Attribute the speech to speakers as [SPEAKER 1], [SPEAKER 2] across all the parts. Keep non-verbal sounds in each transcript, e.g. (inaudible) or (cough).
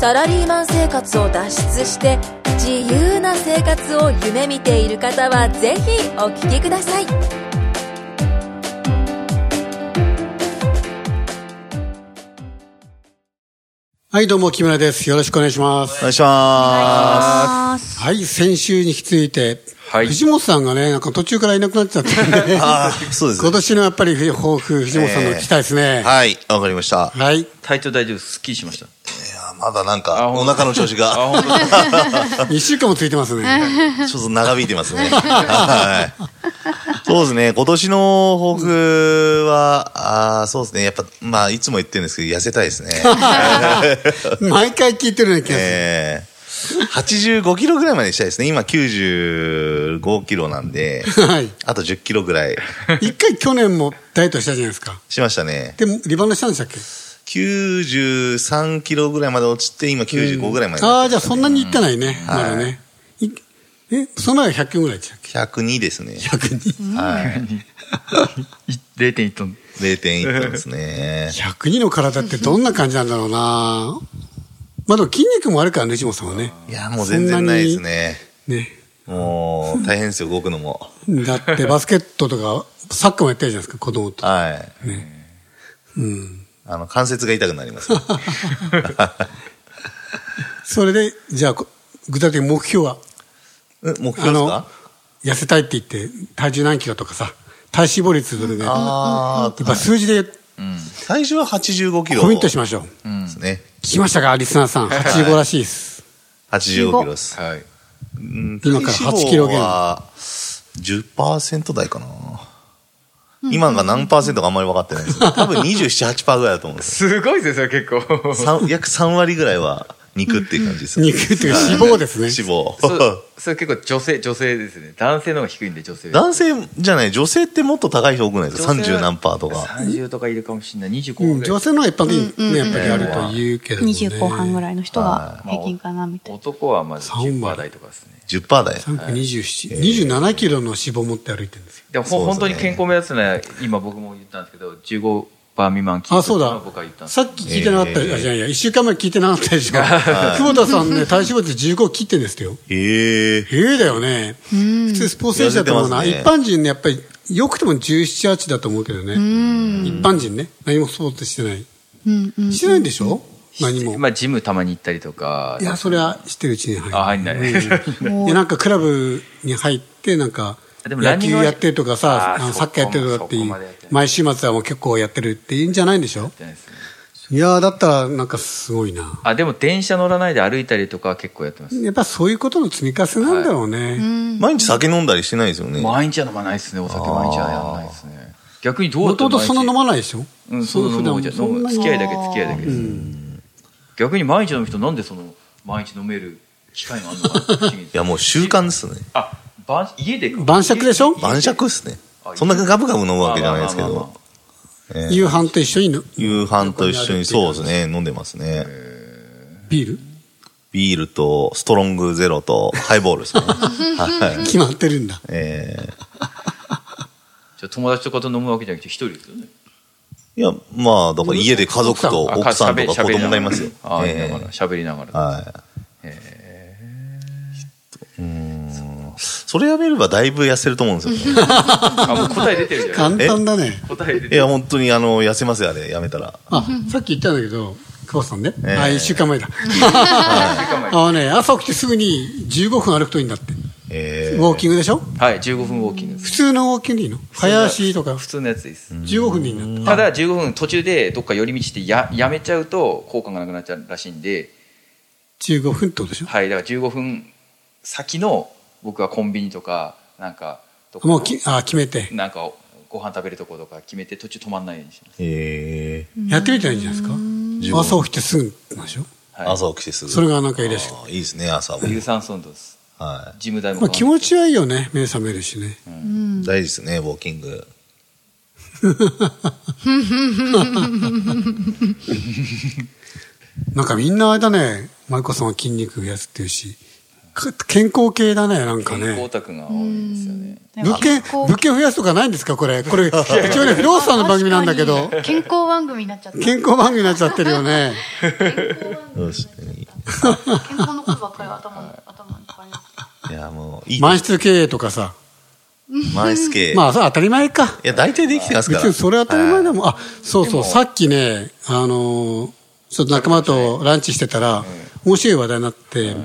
[SPEAKER 1] サラリーマン生活を脱出して自由な生活を夢見ている方はぜひお聞きください
[SPEAKER 2] はい、どうも、木村です。よろしくお願いします
[SPEAKER 3] お。願いしま
[SPEAKER 2] はい、先週に引き続いて、
[SPEAKER 4] はい
[SPEAKER 2] 藤本さんがね、なんか途中からいなくなっちゃったんで、
[SPEAKER 3] す。ああ、そうです
[SPEAKER 2] 今
[SPEAKER 3] ね。
[SPEAKER 2] 年のやっぱり抱負、藤本さんの聞きたいですね。
[SPEAKER 3] はい、わかりました。
[SPEAKER 2] はい。
[SPEAKER 4] タイトル大丈夫です。すっきりしました。
[SPEAKER 3] いやまだなん
[SPEAKER 4] あ
[SPEAKER 3] か、
[SPEAKER 4] ほ
[SPEAKER 3] お
[SPEAKER 4] ん
[SPEAKER 3] 腹の調子
[SPEAKER 4] あ、
[SPEAKER 3] が、
[SPEAKER 4] 本当ですか。
[SPEAKER 2] 一週間もついてますね。
[SPEAKER 3] ちょっと長引いてます
[SPEAKER 4] (laughs)
[SPEAKER 3] ね。はい。そうですね、今年の抱負は、ああ、そうですね、やっぱ、まあ、いつも言ってるんですけど、痩せたい
[SPEAKER 4] (laughs)
[SPEAKER 3] ですね。
[SPEAKER 2] 毎回聞いてるような気がする。
[SPEAKER 3] えー85キロぐらいまでしたいですね。今95キロなんで、
[SPEAKER 2] はい。
[SPEAKER 3] あと10キロぐらい
[SPEAKER 2] 一回去年もダイエットしたじゃないですか。
[SPEAKER 3] しましたね。
[SPEAKER 2] でも、リバウンドしたんでしたっけ
[SPEAKER 3] 93キロぐらいまで落ちて、今95ぐらいまで、
[SPEAKER 2] ああ、じゃあそんなにいってないね。まだね。いえ、その前は100キロぐらいでしたっけ
[SPEAKER 3] 102ですね。
[SPEAKER 2] ?102。
[SPEAKER 4] 0.1トン。
[SPEAKER 3] 0.1トンですね。
[SPEAKER 2] 102の体ってどんな感じなんだろうなまあでも筋肉もあるからね、藤本さんはね。
[SPEAKER 3] いや、もう全然ないですね。
[SPEAKER 2] ね。
[SPEAKER 3] もう、大変ですよ、動くのも。
[SPEAKER 2] だってバスケットとか、サッカーもやってるじゃないですか、子供と。
[SPEAKER 3] はい。
[SPEAKER 2] うん。
[SPEAKER 3] あの、関節が痛くなります。
[SPEAKER 2] それで、じゃあ、こ具体的に目標は、
[SPEAKER 3] え目標です
[SPEAKER 2] あの
[SPEAKER 3] か、
[SPEAKER 2] 痩せたいって言って、体重何キロとかさ、体脂肪率どれで、やっ
[SPEAKER 3] ああ、
[SPEAKER 2] ぱ数字で
[SPEAKER 3] 最初は85キロ。
[SPEAKER 2] コミットしましょう。
[SPEAKER 3] ですね。
[SPEAKER 2] 聞きましたか、リスナーさん。85らしいです。
[SPEAKER 3] 85キロです。
[SPEAKER 4] はい。
[SPEAKER 3] うん
[SPEAKER 2] 今から8キロ減
[SPEAKER 3] 体脂肪は10%台かな。今が何パーセントかあんまり分かってないです。多分27、8パーぐらいだと思うんです。
[SPEAKER 4] すごいですよ、結 (laughs) 構。
[SPEAKER 3] 三約3割ぐらいは肉っていう感じですよね。
[SPEAKER 2] 肉っていうか脂肪ですね。
[SPEAKER 3] 脂
[SPEAKER 4] そう
[SPEAKER 3] 肪。
[SPEAKER 4] それ結構女性、女性ですね。男性の方が低いんで、女性。
[SPEAKER 3] 男性じゃない、女性ってもっと高い人多くないですか
[SPEAKER 4] 女性は
[SPEAKER 3] ?30 何パーとか。
[SPEAKER 4] 30とかいるかもしれない。25
[SPEAKER 2] うん
[SPEAKER 4] ぐら
[SPEAKER 2] 女
[SPEAKER 4] い。
[SPEAKER 2] 性の方が一般的にね、やっぱりあると言うけどもね。
[SPEAKER 5] 20後半ぐ
[SPEAKER 2] い。
[SPEAKER 5] らいの人が平均かなみたいな。
[SPEAKER 4] 男はまず
[SPEAKER 2] 三
[SPEAKER 4] 10
[SPEAKER 2] 割
[SPEAKER 4] 台とかですね。
[SPEAKER 3] 10パーだよ。
[SPEAKER 2] 27、27キロの脂肪持って歩いてるんですよ。
[SPEAKER 4] でも、
[SPEAKER 3] そう
[SPEAKER 4] ほ
[SPEAKER 3] ですね
[SPEAKER 4] 本当に健康目指すのは、今僕も言ったんですけど、15%未満筋
[SPEAKER 2] あ、
[SPEAKER 4] ト
[SPEAKER 2] そう
[SPEAKER 4] レの
[SPEAKER 2] だ
[SPEAKER 4] 僕は言ったん。です
[SPEAKER 2] さっき聞いてなかった、
[SPEAKER 3] ええ
[SPEAKER 2] あ、じゃあいや、一週間前聞いてなかったで
[SPEAKER 4] (laughs)
[SPEAKER 2] しょ。久保田さんね、体脂肪率15切ってんですよ。
[SPEAKER 3] ええ。
[SPEAKER 2] ええだよね。普通スポーツ選手だと思うな。
[SPEAKER 3] い
[SPEAKER 2] 一
[SPEAKER 3] や出てますね
[SPEAKER 2] 般人ね、やっぱり、よくても17、8だと思うけどね。一般人ね。何もスポーツしてない。
[SPEAKER 5] うんうん。
[SPEAKER 2] してないんでしょ何
[SPEAKER 4] よ。
[SPEAKER 2] も。
[SPEAKER 4] まあ、ジムたまに行ったりとか。
[SPEAKER 2] いや、それはしてるうちに入る。
[SPEAKER 4] あ、入んない。
[SPEAKER 2] いや、なんかクラブに入って、なんか、
[SPEAKER 4] でもラ
[SPEAKER 2] 野
[SPEAKER 4] ンニン
[SPEAKER 2] 球
[SPEAKER 4] グは
[SPEAKER 2] やってるとかさ、
[SPEAKER 4] あー
[SPEAKER 2] あの
[SPEAKER 4] そこ
[SPEAKER 2] サッカーやってるとかってい
[SPEAKER 4] そうこまでやってない、
[SPEAKER 2] 毎週末はもう結構やってるっていうんじゃないんでしょいやー、だったらなんかすごいな。
[SPEAKER 4] あ、でも電車乗らないで歩いたりとかは結構やってます。
[SPEAKER 2] やっぱそういうことの積み重ねなんだろうね。
[SPEAKER 3] 毎日酒飲んだりしてないですよね。
[SPEAKER 4] 毎日は飲まないですね、お酒毎日はやらないですね。逆にどうや
[SPEAKER 2] も
[SPEAKER 4] って
[SPEAKER 2] ともとそんな飲まないでしょ
[SPEAKER 4] うん、そ
[SPEAKER 2] そうう普
[SPEAKER 4] 飲
[SPEAKER 2] 段
[SPEAKER 4] む
[SPEAKER 2] も
[SPEAKER 4] じゃん
[SPEAKER 2] そん
[SPEAKER 4] 飲む
[SPEAKER 2] なに
[SPEAKER 4] 付き合いだけ付き合いだけです、逆に毎日飲む人なんでその毎日飲める機会があるのかなって不思議で
[SPEAKER 3] い
[SPEAKER 4] す
[SPEAKER 3] や、もう習慣ですね。
[SPEAKER 4] あ晩家で
[SPEAKER 2] 晩酌でしょ
[SPEAKER 3] 晩酌っすね。そんなガブガブ飲むわけじゃないですけ
[SPEAKER 4] まあまあまあ
[SPEAKER 3] ど
[SPEAKER 4] ま。
[SPEAKER 3] ええ
[SPEAKER 2] 夕飯と一緒にの
[SPEAKER 3] 夕飯と一緒に、そうですね、飲んでますね。
[SPEAKER 2] ビール
[SPEAKER 3] ビールと、ストロングゼロと、ハイボール
[SPEAKER 4] (laughs)
[SPEAKER 3] ですね。はい。
[SPEAKER 2] 決まってるんだ。
[SPEAKER 3] ええ。
[SPEAKER 4] じゃあ友達とかと飲むわけじゃなくて一人ですよね
[SPEAKER 3] いや、まあ、だから家で家族と
[SPEAKER 4] あ
[SPEAKER 3] 奥さんとか
[SPEAKER 4] 喋
[SPEAKER 3] 子
[SPEAKER 4] り
[SPEAKER 3] 供がいますよ。
[SPEAKER 4] ああ、
[SPEAKER 3] え
[SPEAKER 4] だ
[SPEAKER 3] え
[SPEAKER 4] から喋りながら、
[SPEAKER 3] はい。うんそれやめればだいぶ痩せると思うんです
[SPEAKER 4] (laughs)
[SPEAKER 3] よね。
[SPEAKER 4] あもう答え出てるじゃん
[SPEAKER 2] 簡単だね。
[SPEAKER 4] 答え出
[SPEAKER 3] い
[SPEAKER 4] てる
[SPEAKER 3] や、本当にあの、痩せますよ、あれ、やめたら。
[SPEAKER 2] あ、さっき言ったんだけど、久保田さんね。
[SPEAKER 3] ええ
[SPEAKER 2] あ、一週間前だ。あのね、朝起きてすぐに15分歩くといいんだって。
[SPEAKER 3] え
[SPEAKER 2] ウ
[SPEAKER 3] ー
[SPEAKER 2] ォーキングでしょ
[SPEAKER 4] はい15分ウォーキングです
[SPEAKER 2] 普通のウォーキングでいいの早足とか
[SPEAKER 4] 普通のやつです、
[SPEAKER 2] 15分でいいんだって。
[SPEAKER 4] ただ15分途中でどっか寄り道してややめちゃうと効果がなくなっちゃうらしいんで
[SPEAKER 2] 15分ってことでしょ
[SPEAKER 4] はい、だから15分先の僕はコンビニとかなんかどこ
[SPEAKER 2] もうき、あ、決めて。
[SPEAKER 4] なんかご飯食べるとことか決めて途中止まんないようにします、
[SPEAKER 3] え
[SPEAKER 2] やってみたらいいんじゃないですか朝起きてすぐなんでしょ
[SPEAKER 3] ー
[SPEAKER 4] はい、
[SPEAKER 3] 朝起きてすぐ。
[SPEAKER 2] それがなんかいいらしくて
[SPEAKER 3] あーいいですね、朝は。
[SPEAKER 4] 有酸素運動です
[SPEAKER 3] は
[SPEAKER 4] ジム代も
[SPEAKER 2] まあ気持ちはいいよね。目覚めるしね。
[SPEAKER 5] うん。
[SPEAKER 3] 大事ですね、ウォーキング。
[SPEAKER 2] なんかみんなあれだね、舞子さんは筋肉増やすっていうし、か健康系だね、なんか
[SPEAKER 4] 健康オ
[SPEAKER 2] ね。
[SPEAKER 4] タクが多いんですよね。
[SPEAKER 2] 物件、物件増やすとかないんですかこれ。これ、一応
[SPEAKER 3] (laughs)
[SPEAKER 2] ね、不動産の番組なんだけど、
[SPEAKER 5] 健康番組になっちゃった。
[SPEAKER 2] 健康番組になっちゃってるよね。
[SPEAKER 3] そうですね。
[SPEAKER 5] 健康のことばっかり頭に、頭に浮かびます。
[SPEAKER 3] いや、も (laughs) う、いい。
[SPEAKER 2] 満室経営とかさ。
[SPEAKER 3] 満室系。
[SPEAKER 2] まあ、それ当たり前か。
[SPEAKER 3] いや、大体できてますから。
[SPEAKER 2] 別にそれ当たり前だ
[SPEAKER 3] はい
[SPEAKER 2] もん。あ、そうそう、さっきね、あのー、ちょっと仲間とランチしてたら、面白い話題になって、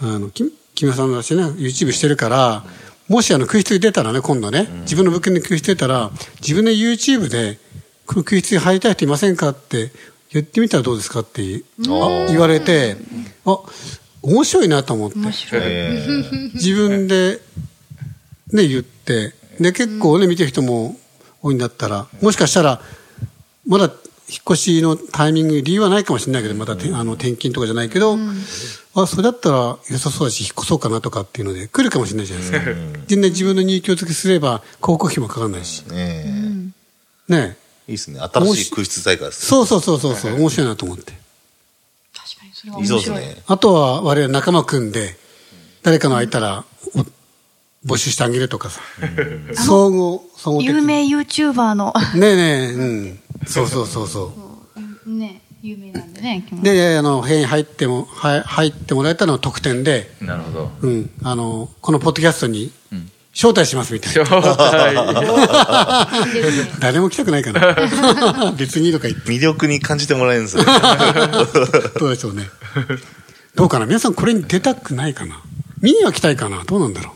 [SPEAKER 2] あの、き木村さんだしね、YouTube してるから、もしあの、空室に出たらね、今度ね、自分の物件で空室出たら、自分で YouTube で、この空室に入りたい人いませんかって、言ってみたらどうですかって言言われて、あ、面白いなと思って。
[SPEAKER 5] 面白い。
[SPEAKER 3] えー
[SPEAKER 2] 自分で、ね、言って、で、結構ね、見てる人も多いんだったら、もしかしたら、まだ引っ越しのタイミング、理由はないかもしれないけど、まだて、あの転勤とかじゃないけど、あ、それだったら良さそうだし、引っ越そうかなとかっていうので、来るかもしれないじゃないですか。で、ね、自分の入居付けすれば、広告費もかかんないし、
[SPEAKER 3] ねえ
[SPEAKER 2] ね。
[SPEAKER 3] いいですね。新しい空室大会ですね。
[SPEAKER 2] そうそうそうそうそう、面白いなと思って。
[SPEAKER 5] 確かに、それはい
[SPEAKER 3] い
[SPEAKER 5] 面
[SPEAKER 3] そう
[SPEAKER 5] 白い。
[SPEAKER 3] ですね。
[SPEAKER 2] あとは、我々仲間組んで、誰かの空いたら、お募集してあげるとかさ、総合、総合的に
[SPEAKER 5] 有名 YouTuber の、
[SPEAKER 2] ねえねえ、うん。そうそうそうそ
[SPEAKER 5] ね、有名なんでね、
[SPEAKER 2] う。で、あの、部屋に入っても、は入ってもらえたのは特典で、
[SPEAKER 4] なるほ (laughs) ど。
[SPEAKER 2] うん、あの、このポッドキャストに招待しますみたいな。 (laughs)
[SPEAKER 4] 招待。
[SPEAKER 2] 誰も来たくないか (laughs) な。別にとか言って、
[SPEAKER 3] 魅力に感じてもらえるんですよね。
[SPEAKER 2] どうでしょうね。どうかな皆さんこれに出たくないかな見には来たいかなどうなんだろ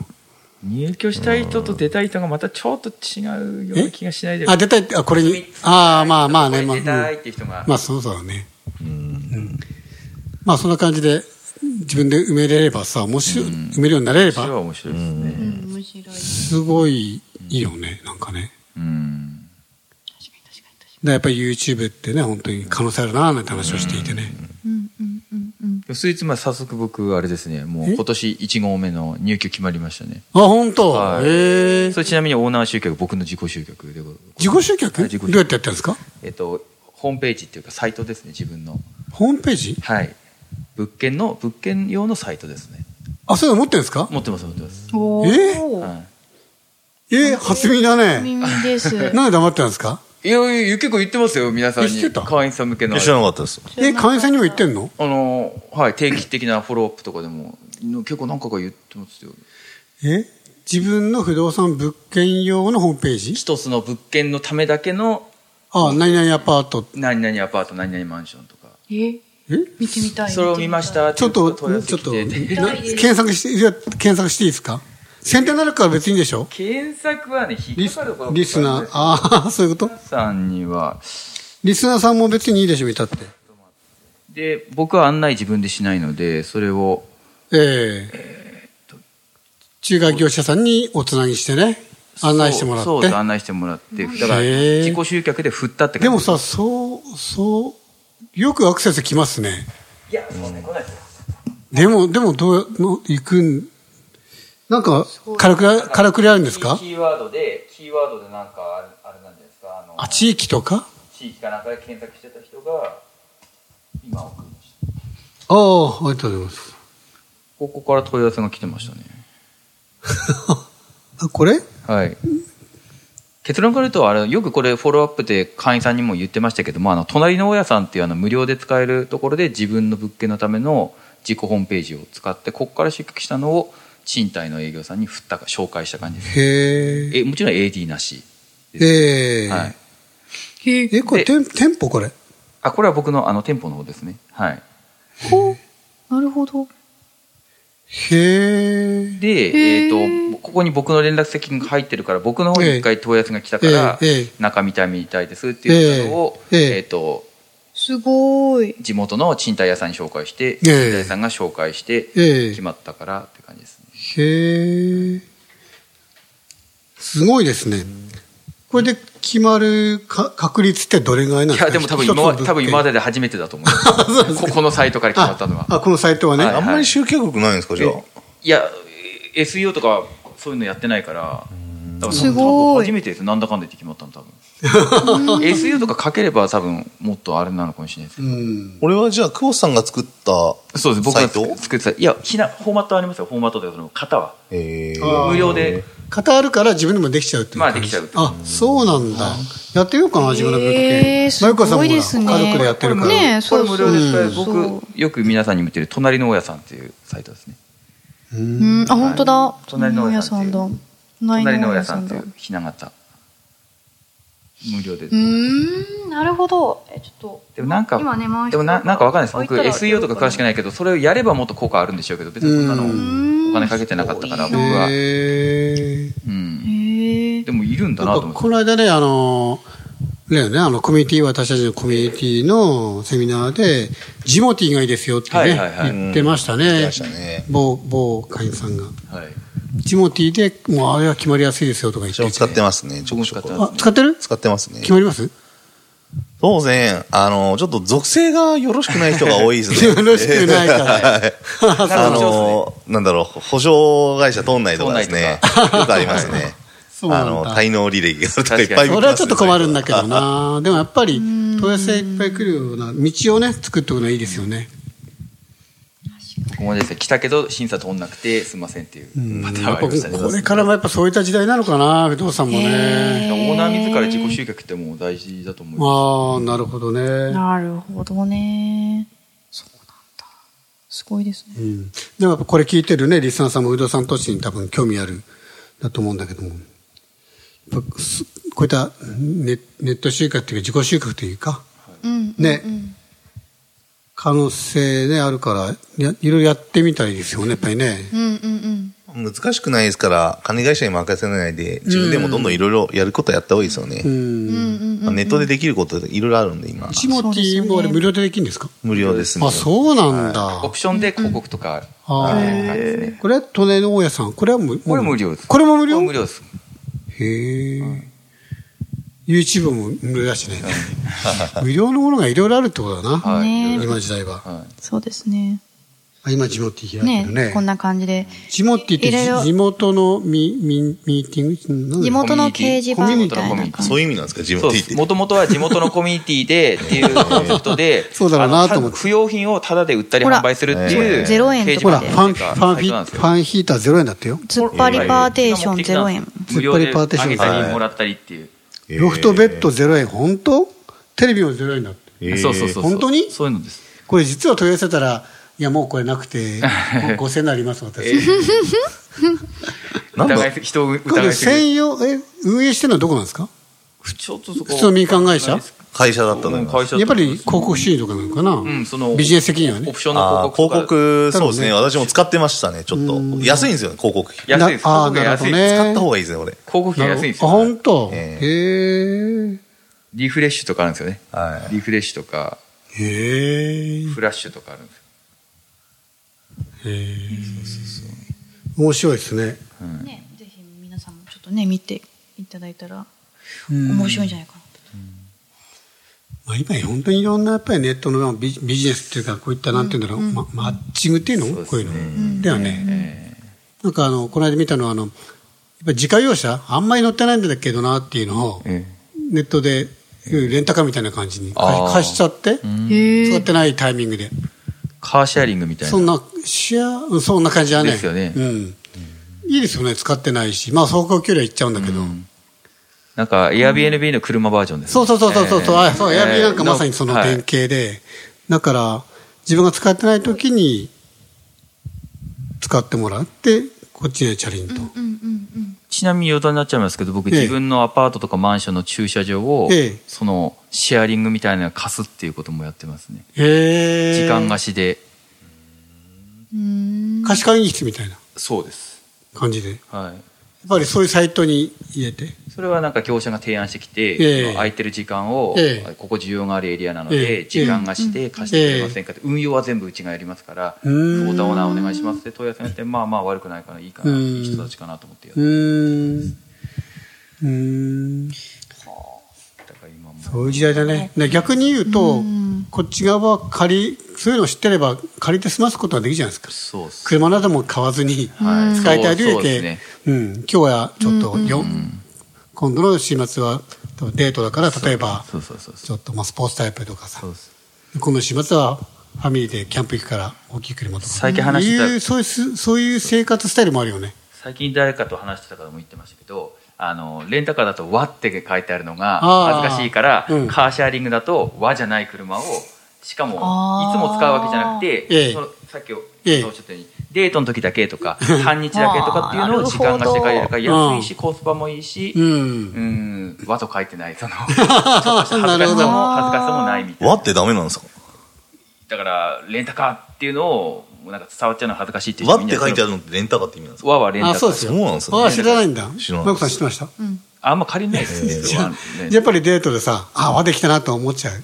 [SPEAKER 4] 入居したい人と出たい人がまたちょっと違うような気がしないうでも
[SPEAKER 2] あ、出たい、あ、これに、ああ、まあまあね、まあ、
[SPEAKER 4] これ
[SPEAKER 2] うん
[SPEAKER 4] 出たいっていう人が
[SPEAKER 2] まあそうだね。うんまあそんな感じで、自分で埋めれればさ、面白い、埋めるようになれれ
[SPEAKER 4] それ
[SPEAKER 2] ば
[SPEAKER 4] は、面白いです
[SPEAKER 5] う
[SPEAKER 4] ね。
[SPEAKER 5] ん、面白い。確か
[SPEAKER 2] すごいいいよね、なんかね。
[SPEAKER 4] うん。
[SPEAKER 5] に、確かに、確か
[SPEAKER 2] でやっぱり YouTube ってね、本当に可能性あるなーなんて話をしていてね。
[SPEAKER 5] に。うん、うん、うん、うん。
[SPEAKER 4] そいつまあ早速僕あれですね、もう今年1号目の入居決まりましたね。
[SPEAKER 2] あ、本当
[SPEAKER 4] はい
[SPEAKER 2] へえ。
[SPEAKER 4] それちなみにオーナー集客僕の自己集客でございます
[SPEAKER 2] 自己集客
[SPEAKER 4] はい自己
[SPEAKER 2] どうやってやってるんですか
[SPEAKER 4] えっとホームページっていうかサイトですね自分の
[SPEAKER 2] ホームページ
[SPEAKER 4] はい物件の物件用のサイトですね
[SPEAKER 2] あ、そういうの持ってるんですか
[SPEAKER 4] 持ってます持ってます、
[SPEAKER 5] お
[SPEAKER 2] え
[SPEAKER 5] ー。
[SPEAKER 4] は
[SPEAKER 2] えー、初耳だね。
[SPEAKER 5] 耳です。
[SPEAKER 2] なんで黙ってたんですか
[SPEAKER 4] い、いやいや結構言ってますよ皆さん
[SPEAKER 2] え
[SPEAKER 4] に
[SPEAKER 2] 知ってた
[SPEAKER 4] 会員さん向けのあれ
[SPEAKER 3] 知らなかったです。
[SPEAKER 2] え、会員さんにも言ってんの
[SPEAKER 4] あのはい定期的なフォローアップとかでもの結構何回か言ってますよ
[SPEAKER 2] え自分の不動産物件用のホームページ
[SPEAKER 4] 一つの物件のためだけの
[SPEAKER 2] あ、何々アパート。
[SPEAKER 4] 何々アパート何々マンションとか
[SPEAKER 5] え
[SPEAKER 2] え
[SPEAKER 5] 見てみたい。
[SPEAKER 4] それを見まし。た
[SPEAKER 2] ちょっと、ち
[SPEAKER 4] 問い合わせ
[SPEAKER 2] ょっ
[SPEAKER 4] 来
[SPEAKER 2] と、
[SPEAKER 4] てて
[SPEAKER 2] な検索して、じゃあ検索していいですか宣伝になるから別にいいんでしょ
[SPEAKER 4] 検索はね引
[SPEAKER 2] リ
[SPEAKER 4] っ
[SPEAKER 2] ス
[SPEAKER 4] かかることがあるんで
[SPEAKER 2] リ
[SPEAKER 4] す
[SPEAKER 2] ス
[SPEAKER 4] よ
[SPEAKER 2] ナー、ああ、そういうこと
[SPEAKER 4] 皆さんには
[SPEAKER 2] リスナーさんも別にいいでしょ、いたって。
[SPEAKER 4] で僕は案内自分でしないのでそれを
[SPEAKER 2] ええ中華業者さんにおつなぎしてね、案内してもら
[SPEAKER 4] そうそう
[SPEAKER 2] っ
[SPEAKER 4] 案内してもらってだから
[SPEAKER 2] へー
[SPEAKER 4] 自己集客で振ったって
[SPEAKER 2] て。で
[SPEAKER 4] 感
[SPEAKER 2] も
[SPEAKER 4] じ
[SPEAKER 2] さ、そう、そう、よくアクセス来ますね。
[SPEAKER 4] いやそうね来ないですよ
[SPEAKER 2] でも、でも、どう、の、行くん、なんか、からくり、からくりあるんですか
[SPEAKER 4] キーワードでキーワードでなんかあれあれなんじゃないですかあの
[SPEAKER 2] あ、地域とか
[SPEAKER 4] 地域かなんかで検索してた人が今送りました
[SPEAKER 2] ああ、ありがとうございます。
[SPEAKER 4] ここから問い合わせが来てましたね
[SPEAKER 2] (laughs) あ、これ
[SPEAKER 4] はい結論から言うとあれよくこれフォローアップで会員さんにも言ってましたけどもあの隣の大家さんっていうあの無料で使えるところで自分の物件のための自己ホームページを使ってここから出客したのを賃貸の営業さんに振ったか紹介した感じです
[SPEAKER 2] へえ。
[SPEAKER 4] えもちろん AD なし、
[SPEAKER 2] ええ。
[SPEAKER 4] はい、
[SPEAKER 2] え、これ、
[SPEAKER 4] で
[SPEAKER 2] 店店舗これ。
[SPEAKER 4] あこれは僕のあの店舗の方ですね、はい、
[SPEAKER 5] ほう。なるほど。
[SPEAKER 2] へえ。
[SPEAKER 4] で、えー、とここに僕の連絡先が入ってるから僕の方に一回問い合わせが来たから、
[SPEAKER 2] ええええ
[SPEAKER 4] 中見たい見たいですっていうのを、
[SPEAKER 2] え
[SPEAKER 4] え
[SPEAKER 2] えええ
[SPEAKER 4] ーと
[SPEAKER 5] すごい。
[SPEAKER 4] 地元の賃貸屋さんに紹介して、
[SPEAKER 2] え
[SPEAKER 4] 賃貸屋さんが紹介して
[SPEAKER 2] ええ
[SPEAKER 4] 決まったからって感じですね
[SPEAKER 2] へえ。すごいですね。これで決まるか確率ってどれぐらいなんです
[SPEAKER 4] い
[SPEAKER 2] か
[SPEAKER 4] やでも多分
[SPEAKER 2] 一つ
[SPEAKER 4] 今
[SPEAKER 2] の
[SPEAKER 4] は
[SPEAKER 2] 物件
[SPEAKER 4] 多分今までで初めて
[SPEAKER 2] (laughs)
[SPEAKER 4] だと思いますここのサイトから決まったのは
[SPEAKER 2] あ、あこのサイトはね。
[SPEAKER 4] はい
[SPEAKER 3] あんまり集客力ないんですか、じゃあ。
[SPEAKER 4] いやえ SEO とかそういうのやってないからだ多分
[SPEAKER 6] すごい
[SPEAKER 4] 初めてですなんだかんだ言って決まったの多分
[SPEAKER 2] (laughs)
[SPEAKER 4] SU とかかければ多分もっとあれなのかもしれないです、
[SPEAKER 2] うん。
[SPEAKER 3] 俺はじゃあ、久保さんが作った
[SPEAKER 4] そうです僕
[SPEAKER 3] サイ
[SPEAKER 4] が
[SPEAKER 3] ト
[SPEAKER 4] 作ってたいやひなフォーマットありますよフォーマットでその型は
[SPEAKER 3] えー
[SPEAKER 2] あー
[SPEAKER 4] 無料で
[SPEAKER 2] 型あるから自分でもできちゃうっていう
[SPEAKER 4] まあできちゃう
[SPEAKER 2] あ、そうなんだ。やってみようかな、自分の物
[SPEAKER 6] え
[SPEAKER 2] 件。
[SPEAKER 6] ー、す
[SPEAKER 2] まゆかさん
[SPEAKER 6] ご
[SPEAKER 2] も
[SPEAKER 6] い
[SPEAKER 2] ほら
[SPEAKER 6] ですね。
[SPEAKER 2] 家族でやってるから。
[SPEAKER 4] こ
[SPEAKER 6] ねえ、そ
[SPEAKER 4] れ
[SPEAKER 6] う
[SPEAKER 4] 無
[SPEAKER 6] そう
[SPEAKER 4] 料ですから
[SPEAKER 6] そう
[SPEAKER 4] 僕よく皆さんに見てる「隣の大家さん」っていうサイトですね
[SPEAKER 6] うん、あ、本当だ。
[SPEAKER 4] 隣の大家さんっていう
[SPEAKER 6] だ。
[SPEAKER 4] 隣の大家さんってい
[SPEAKER 6] だ
[SPEAKER 4] うひな型無料で
[SPEAKER 6] うーん、なるほど。
[SPEAKER 5] えちょっと
[SPEAKER 4] でもなんか
[SPEAKER 5] 今ね回して
[SPEAKER 4] でもななんかわかんないです僕
[SPEAKER 5] 置いたら
[SPEAKER 4] SEO とか詳しくないけどそれをやればもっと効果あるんでしょうけど別にそんな
[SPEAKER 2] う
[SPEAKER 4] のお金かけてなかったから僕は、
[SPEAKER 2] へー
[SPEAKER 4] うん、
[SPEAKER 6] へえ
[SPEAKER 4] で。もいるんだ
[SPEAKER 2] な
[SPEAKER 4] なんと
[SPEAKER 2] か
[SPEAKER 4] 思って
[SPEAKER 2] この間ね、あの、だよね、あの、コミュニティ、私たちのコミュニティのセミナーで、ジモティーがいいですよってね、
[SPEAKER 4] はいはいはい
[SPEAKER 2] 言ってました
[SPEAKER 3] 出
[SPEAKER 2] ね
[SPEAKER 3] ま。したね。
[SPEAKER 2] 某、某会員さんが。
[SPEAKER 4] はい、
[SPEAKER 2] ジモティーで、もうあれは決まりやすいですよとか言っ
[SPEAKER 3] 私も
[SPEAKER 2] て。
[SPEAKER 3] 使ってますね。ちょ
[SPEAKER 4] 僕
[SPEAKER 3] こちょ
[SPEAKER 4] も使って
[SPEAKER 3] こ。
[SPEAKER 4] ま
[SPEAKER 2] あ
[SPEAKER 4] す、ね
[SPEAKER 2] 使ってる
[SPEAKER 3] 使ってますね。
[SPEAKER 2] 決まります
[SPEAKER 3] そうですね。あの、ちょっと属性がよろしくない人が多いですね。
[SPEAKER 2] よろしくないから。
[SPEAKER 3] (laughs)
[SPEAKER 2] (laughs)
[SPEAKER 3] あの、なんだろう、保証会社通んないとかですね。よくありますね。
[SPEAKER 2] そうな
[SPEAKER 3] あの、
[SPEAKER 2] んだ。
[SPEAKER 3] 滞納履歴があるとかいっぱい見てますね
[SPEAKER 2] それはちょっと困るんだけどな。でもやっぱり、問い合わせいっぱい来るような道をね、作っておくのはいいですよね。
[SPEAKER 4] ここまでですね来たけど審査通んなくてすいませんっていうパターンがありましたね
[SPEAKER 2] これからもやっぱそういった時代なのかな、不動産もね。
[SPEAKER 4] オーナー自ら自己集客ってもう大事だと思います
[SPEAKER 2] ああ、なるほどね。
[SPEAKER 6] なるほどね。そうなんだ。すごいですね。
[SPEAKER 2] うんでもやっぱこれ聞いてるね、リスナーさんも不動産投資に多分興味ある、だと思うんだけども。やっぱすこういったネネット集客というか自己集客というか、
[SPEAKER 6] うん。
[SPEAKER 2] ね、可能性ね、あるから、やいろいろやってみたいですよね、やっぱりね。
[SPEAKER 6] うんうんうん。
[SPEAKER 3] 難しくないですから、管理会社に任せないで、自分でもどんどんいろいろやることはやった方がいいですよね。まあネットでできることいろいろあるんで、今。
[SPEAKER 2] ジモティーもあれ無料でできるんですか
[SPEAKER 3] 無料ですね。
[SPEAKER 2] あ、そうなんだ
[SPEAKER 4] オ。プションで広告とか
[SPEAKER 2] あ
[SPEAKER 4] あ
[SPEAKER 2] ー
[SPEAKER 4] るみたいですね
[SPEAKER 2] これは隣の大家さん。これはもう、
[SPEAKER 4] これ無料です
[SPEAKER 2] これも無料
[SPEAKER 4] これ無料です
[SPEAKER 2] へえ。YouTube も無料だしね。無料のものがいろいろあるってことだな。
[SPEAKER 4] はい
[SPEAKER 6] ね
[SPEAKER 2] 今時代は。
[SPEAKER 4] は
[SPEAKER 6] そうですね。
[SPEAKER 2] あ今、ジモティー開い
[SPEAKER 6] ね
[SPEAKER 2] てるね。
[SPEAKER 6] こんな感じで。
[SPEAKER 2] ジモティって
[SPEAKER 6] いろいろ
[SPEAKER 2] 地元のミミミーティングなんだ、
[SPEAKER 6] 地元の掲示板みたい
[SPEAKER 4] コミュ
[SPEAKER 6] な
[SPEAKER 4] ニティ
[SPEAKER 6] 感
[SPEAKER 3] そ
[SPEAKER 6] じ。
[SPEAKER 3] ういう意味なんですか、自
[SPEAKER 4] い、そ
[SPEAKER 3] 分
[SPEAKER 4] う
[SPEAKER 3] で
[SPEAKER 4] で
[SPEAKER 3] 言って
[SPEAKER 4] す。。もともとは地元のコミュニテ
[SPEAKER 3] (laughs)
[SPEAKER 4] ィでっていうコンセプトで
[SPEAKER 2] そうだろうなと思って
[SPEAKER 4] あの不用品をタダで売ったり
[SPEAKER 6] ほら
[SPEAKER 4] 販売するっていう、
[SPEAKER 3] そう
[SPEAKER 6] 0円と
[SPEAKER 2] ほら、
[SPEAKER 6] か
[SPEAKER 2] フ
[SPEAKER 4] 掲
[SPEAKER 6] で
[SPEAKER 4] 示板
[SPEAKER 2] ァン、
[SPEAKER 4] って
[SPEAKER 2] フ
[SPEAKER 4] いう
[SPEAKER 2] ァ
[SPEAKER 4] か
[SPEAKER 2] ン
[SPEAKER 4] サ
[SPEAKER 2] ヒ
[SPEAKER 4] イト
[SPEAKER 2] フ
[SPEAKER 4] なんですよ
[SPEAKER 2] ァンヒーター0円だってよ。
[SPEAKER 6] 突っ張りパーテーション0円。
[SPEAKER 4] 無料で
[SPEAKER 2] 突っ張りパーテーション
[SPEAKER 4] 上げたりもらったりっていう。
[SPEAKER 2] ロフトベッド0円、本当テレビも0円だって。
[SPEAKER 3] えー
[SPEAKER 4] そうそうそうそう。
[SPEAKER 2] 本当に
[SPEAKER 4] そういうのです。
[SPEAKER 2] これ実は問い合わせたら、いや、もうこれなく
[SPEAKER 4] (laughs)
[SPEAKER 2] て、5000円になります、私。
[SPEAKER 3] なんだ
[SPEAKER 4] 疑いす人を
[SPEAKER 2] こ
[SPEAKER 4] 疑
[SPEAKER 2] れ
[SPEAKER 4] いすぎる。
[SPEAKER 2] 専用、え、運営してるのはどこなんですか
[SPEAKER 4] ちょっとそこ
[SPEAKER 2] 普通の民間会社
[SPEAKER 3] 会社だったのよ
[SPEAKER 4] うん。会社
[SPEAKER 2] やっぱり広告収入とかなのかな、
[SPEAKER 4] うんその
[SPEAKER 2] ビジネス的にはね
[SPEAKER 4] オ。プション
[SPEAKER 3] あ
[SPEAKER 4] の
[SPEAKER 3] ー
[SPEAKER 4] 広告
[SPEAKER 3] 広
[SPEAKER 4] とか。
[SPEAKER 3] 告、そうですね。私も使ってましたね、ちょっと。安いんですよね、広告費。
[SPEAKER 4] 安いです。広
[SPEAKER 2] なあー
[SPEAKER 4] 告が安
[SPEAKER 2] なるほ
[SPEAKER 4] い
[SPEAKER 2] どね
[SPEAKER 4] です。
[SPEAKER 3] 使った方がいいですね、俺。
[SPEAKER 4] 広告費が安いんです
[SPEAKER 2] あ、
[SPEAKER 4] よ。
[SPEAKER 2] 本当
[SPEAKER 3] え
[SPEAKER 2] へえ。
[SPEAKER 4] リフレッシュとかあるんですよね。
[SPEAKER 3] はい
[SPEAKER 4] リフレッシュとか、
[SPEAKER 2] へえ。
[SPEAKER 4] フラッシュとかあるんですよ。
[SPEAKER 2] 面白いですね。
[SPEAKER 6] ね、ぜひ皆さんもちょっとね見ていただいたら面白いんじゃないかな。
[SPEAKER 2] まあ、今、本当にいろんなやっぱりネットのビジビジネスっていうか、こういったなんていうんだろう、まマッチングっていうの
[SPEAKER 4] そうですね
[SPEAKER 2] こういうの。だよね。なんかあの、この間見たのは、あの、やっぱ自家用車、あんまり乗ってないんだけどなっていうのを、
[SPEAKER 4] え
[SPEAKER 2] ネットで、レンタカーみたいな感じに
[SPEAKER 4] あー
[SPEAKER 2] 貸しちゃって、使ってないタイミングで。
[SPEAKER 4] カーシェアリングみたいな。
[SPEAKER 2] そんな、シェアうん、そんな感じだね。
[SPEAKER 4] ですよね
[SPEAKER 2] うん。いいですよね、使ってないし。まあ、走行距離は行っちゃうんだけど。
[SPEAKER 4] なんか、Airbnb の車バージョンですね。
[SPEAKER 2] そうそうそうそうそう、
[SPEAKER 4] えー
[SPEAKER 2] あそう、エアビーなんか
[SPEAKER 4] えー
[SPEAKER 2] まさにその
[SPEAKER 4] はい
[SPEAKER 2] 典型で、だから、自分が使ってない時に、使ってもらって、こっちでチャリンと。
[SPEAKER 4] ちなみに余談になっちゃいますけど、僕
[SPEAKER 2] ええ
[SPEAKER 4] 自分のアパートとかマンションの駐車場を
[SPEAKER 2] ええ、
[SPEAKER 4] その、シェアリングみたいなのを貸すっていうこともやってますね。
[SPEAKER 2] へー
[SPEAKER 4] 時間貸しで。
[SPEAKER 2] 貸し会議室みたいな
[SPEAKER 4] そうです。
[SPEAKER 2] 感じで。やっ
[SPEAKER 4] はい。
[SPEAKER 2] ぱりそういうサイトに入れて。
[SPEAKER 4] それはなんか業者が提案してきて、
[SPEAKER 2] ええ
[SPEAKER 4] その空いてる時間を、
[SPEAKER 2] ええ
[SPEAKER 4] ここ需要があるエリアなの
[SPEAKER 2] え
[SPEAKER 4] で、
[SPEAKER 2] え
[SPEAKER 4] 時間貸しで貸してくれませんかって、運用は全部うちがやりますから、
[SPEAKER 2] うーん
[SPEAKER 4] クォーターオーナーお願いしますって問い合わせがあって、まあまあ悪くないからいいかな、
[SPEAKER 2] うーん
[SPEAKER 4] いい人たちかなと思ってやっ
[SPEAKER 2] う
[SPEAKER 4] て、
[SPEAKER 2] ーん。うーん。
[SPEAKER 4] だから今も。
[SPEAKER 2] そういう時代だね。で逆に言うと、こっち側は借り、そういうのを知ってれば借りて済ますことはできるじゃないですか
[SPEAKER 4] そうっす
[SPEAKER 2] 車なども買わずに
[SPEAKER 4] はい
[SPEAKER 2] 使いたい
[SPEAKER 4] そう
[SPEAKER 2] 料
[SPEAKER 4] そう
[SPEAKER 2] 理
[SPEAKER 4] で
[SPEAKER 2] で
[SPEAKER 4] すね、
[SPEAKER 2] うん、今日はちょっとよ、今度の週末はデートだから例えば
[SPEAKER 4] そうそうそうそう
[SPEAKER 2] ちょっとまあスポーツタイプとかさ
[SPEAKER 4] そうです
[SPEAKER 2] 今度週末はファミリーでキャンプ行くから大きい車とか
[SPEAKER 4] 最近話してた
[SPEAKER 2] いうそういうすそういう生活スタイルもあるよね
[SPEAKER 4] 最近誰かと話してた方も言ってましたけどあのレンタカーだと「和」って書いてあるのが
[SPEAKER 2] あー
[SPEAKER 4] 恥ずかしいから、
[SPEAKER 2] うん
[SPEAKER 4] カーシェアリングだと「和」じゃない車をしかもい
[SPEAKER 6] あー
[SPEAKER 4] つも使うわけじゃなくて、
[SPEAKER 2] ええ
[SPEAKER 4] そのさっきお
[SPEAKER 2] ええ
[SPEAKER 4] おっしゃったように、デートの時だけとか半日だけとかっ
[SPEAKER 2] (laughs)
[SPEAKER 4] ていうのを時間がして借りるから
[SPEAKER 2] なるほど
[SPEAKER 4] 安いしコスパもいいし、
[SPEAKER 2] う
[SPEAKER 4] うん (laughs) ん和と書いてない
[SPEAKER 2] (laughs)
[SPEAKER 4] そのちょっとした恥ずかしさも恥ずかしさもないみたいな
[SPEAKER 3] 和ってダメなんですか
[SPEAKER 4] だからレンタカーっていうのをなんか伝わっちゃうのは恥ずかしいっていう
[SPEAKER 3] 和
[SPEAKER 4] 人も
[SPEAKER 3] っ
[SPEAKER 4] い
[SPEAKER 3] て書
[SPEAKER 4] るんだけ
[SPEAKER 3] いてあ
[SPEAKER 4] ど
[SPEAKER 3] るのってレンタカーって意味なんですか
[SPEAKER 4] 和はレンタ
[SPEAKER 2] あ
[SPEAKER 4] カー
[SPEAKER 2] そうですよ
[SPEAKER 3] そうなんですね
[SPEAKER 2] あ知らないんだ
[SPEAKER 3] 知らない
[SPEAKER 2] マコさん知ってました
[SPEAKER 4] あんま借りないですね実はね
[SPEAKER 2] やっぱりデートでさあ和できたなと思っちゃう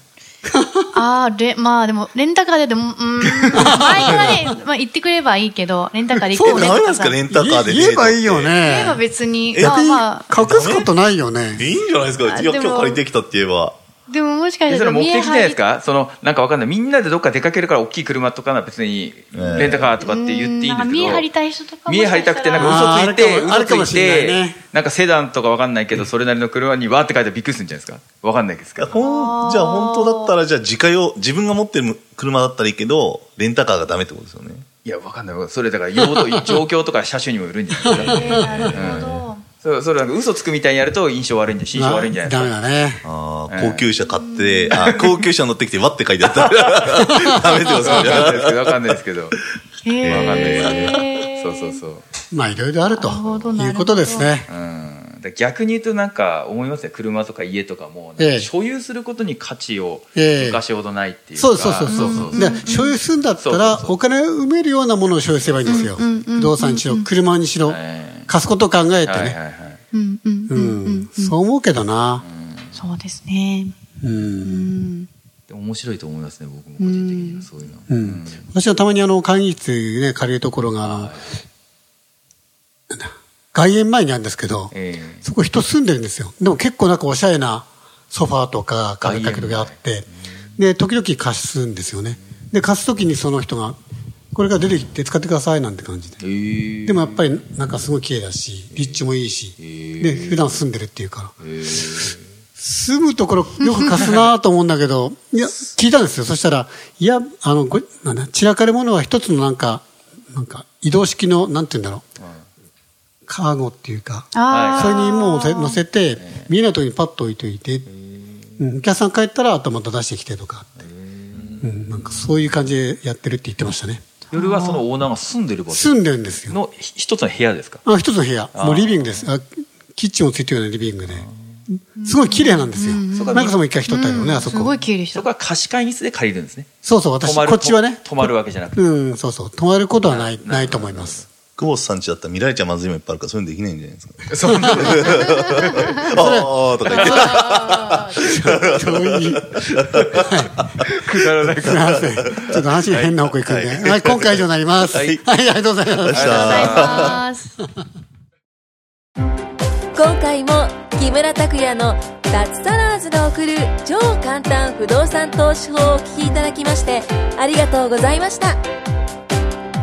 [SPEAKER 6] あーれ、まあでも、レンタカーででも、うーん、前はね、まあ言ってくれればいいけど、レンタカーで行
[SPEAKER 3] え
[SPEAKER 6] く
[SPEAKER 3] ダメなんですかレンタカーでデートって
[SPEAKER 2] 言えばいいよ
[SPEAKER 6] 言えば
[SPEAKER 2] ね
[SPEAKER 6] 別に、
[SPEAKER 3] え
[SPEAKER 6] まあまあ、
[SPEAKER 2] 隠すことないよね
[SPEAKER 3] いいんじゃないですかいや
[SPEAKER 6] あ
[SPEAKER 3] 今
[SPEAKER 6] でも
[SPEAKER 3] 日借りてきたって言えば
[SPEAKER 6] でももしかし
[SPEAKER 4] で
[SPEAKER 6] た
[SPEAKER 4] そ
[SPEAKER 6] ら
[SPEAKER 4] れ目
[SPEAKER 6] 見え
[SPEAKER 4] 的じゃ
[SPEAKER 6] 張
[SPEAKER 4] な
[SPEAKER 6] り
[SPEAKER 4] いですかそのなんかわかんないみんなでどっか出かけるから大きい車とかは別に
[SPEAKER 3] え
[SPEAKER 4] レンタカーとかって言っていいんですけ
[SPEAKER 6] なん
[SPEAKER 4] ど
[SPEAKER 6] か見え張りたい人とかも
[SPEAKER 4] 見
[SPEAKER 6] し
[SPEAKER 4] え
[SPEAKER 6] か
[SPEAKER 4] 張り
[SPEAKER 6] したら
[SPEAKER 4] くてなん
[SPEAKER 2] あー
[SPEAKER 4] か嘘ついて
[SPEAKER 2] あるかも
[SPEAKER 4] 嘘つい
[SPEAKER 2] しれ
[SPEAKER 4] て
[SPEAKER 2] ないね
[SPEAKER 4] なんかセダンとかわかんないけどそれなりの車にわーって書いてびっくりするんじゃないですかわかんないです
[SPEAKER 3] い
[SPEAKER 4] け
[SPEAKER 3] や
[SPEAKER 4] ど
[SPEAKER 3] ほんじゃあ本当だったらじゃあ自家用自分が持ってる車だったらいいけどレンタカーがダメってことですよね
[SPEAKER 4] いやわかんないそれだから用途状況とか車種にもよるんじゃないですか
[SPEAKER 6] えーなるほど。
[SPEAKER 4] それそれなんか嘘つくみたいにやると印象悪いんで印象悪いんじゃないです
[SPEAKER 2] ダメ
[SPEAKER 4] か
[SPEAKER 2] だね
[SPEAKER 3] ああ
[SPEAKER 4] ええ
[SPEAKER 3] 高級車買って、あー高級車乗ってきて「わ」って書いてあったら (laughs) ダメってことですよ
[SPEAKER 4] わかんないで
[SPEAKER 3] ね
[SPEAKER 4] すけどわかんないですけど
[SPEAKER 6] へ
[SPEAKER 4] わかんない
[SPEAKER 6] え
[SPEAKER 4] ですけど
[SPEAKER 6] ー
[SPEAKER 4] そうそうそう
[SPEAKER 2] まあいろいろあると
[SPEAKER 6] なるほどな
[SPEAKER 2] い
[SPEAKER 6] るほど
[SPEAKER 2] うことですね
[SPEAKER 4] うんで逆に言うとなんか思いますね車とか家とかも
[SPEAKER 2] ええ
[SPEAKER 4] 所有することに価値を
[SPEAKER 2] ええ
[SPEAKER 4] 昔ほどないっていうか、
[SPEAKER 2] そうそうそうそうで所有するんだったら
[SPEAKER 4] そうそうそう
[SPEAKER 2] お金を埋めるようなものを所有すればいいんですよ不動産にしろ車にしろ
[SPEAKER 4] ええ
[SPEAKER 2] 貸すことを考えて
[SPEAKER 4] はいはい
[SPEAKER 2] ね
[SPEAKER 4] はい
[SPEAKER 6] うんうん
[SPEAKER 2] う
[SPEAKER 6] う
[SPEAKER 2] んんそう思うけどな
[SPEAKER 6] そうですね。
[SPEAKER 2] うん
[SPEAKER 6] うん。
[SPEAKER 4] でも面白いと思いますね僕も個人的にはそういうの、
[SPEAKER 2] うん私はたまにあの会議室ね借りるところがあのなんだ外苑前にあるんですけど
[SPEAKER 4] ええ
[SPEAKER 2] そこ人住んでるんですよ。でも結構なんかおしゃれなソファーとか壁掛けとかあって、で、時々貸すんですよね。で、貸すときにその人が、これから出てきて使ってくださいなんて感じで。
[SPEAKER 4] ええ
[SPEAKER 2] でもやっぱりなんかすごい綺麗だし、立地もいいし、で、普段住んでるっていうから。住むところよく貸すなと思うんだけど、いや、聞いたんですよ。そしたら、いや、あの、ごなんだ、散らかるものは一つのなんか、なんか移動式の、なんて言うんだろう。カーゴっていうか、
[SPEAKER 6] ああ。
[SPEAKER 2] それにもうせ乗せて、見えないところにパッと置いといて、うん、お客さん帰ったら、あとまた出してきてとかって、うん、なんかそういう感じでやってるって言ってましたね。
[SPEAKER 4] 夜はそのオーナーが住んでる場所
[SPEAKER 2] 住んでるんですよ。
[SPEAKER 4] のひ一つの部屋ですか
[SPEAKER 2] あ、一つの部屋。もうリビングです。あキッチンもついてるようなリビングで。すごい綺麗なんですよ。マイクさんも一回人ったよね、あそ
[SPEAKER 6] すご
[SPEAKER 2] こ
[SPEAKER 6] い。綺麗でし
[SPEAKER 4] そ
[SPEAKER 6] た
[SPEAKER 4] こ。は貸し会議室で借りるんですね
[SPEAKER 2] そうそう、私、
[SPEAKER 4] 泊まる
[SPEAKER 2] こっちはね。
[SPEAKER 4] 泊まるわけじゃなくて、
[SPEAKER 2] うん、そうそう。泊まることはない、ないと思います。
[SPEAKER 3] 久保田さんちだったら見られちゃまずいもんいっぱいあるからそういうのできないんじゃないですか
[SPEAKER 4] (laughs) そ
[SPEAKER 3] (laughs)
[SPEAKER 4] んな
[SPEAKER 3] ああとか言って
[SPEAKER 2] そういう。
[SPEAKER 4] く (laughs) だらない
[SPEAKER 2] すみません。ちょっと話が変な方向行くんで。はい、今回以上になります。は、
[SPEAKER 3] はいい
[SPEAKER 2] ありがとうございます。
[SPEAKER 3] ました
[SPEAKER 6] ありがとうございます。
[SPEAKER 1] 今回も木村拓哉の脱サラーズが送る超簡単不動産投資法をお聞きいただきましてありがとうございました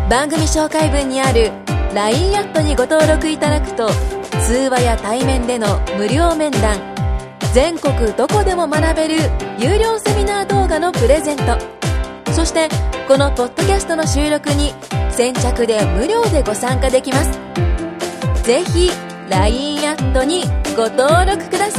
[SPEAKER 1] 番組紹介文にある LINE アットにご登録いただくと通話や対面での無料面談全国どこでも学べる有料セミナー動画のプレゼントそしてこのポッドキャストの収録に先着で無料でご参加できますぜひ LINE アットにご登録ください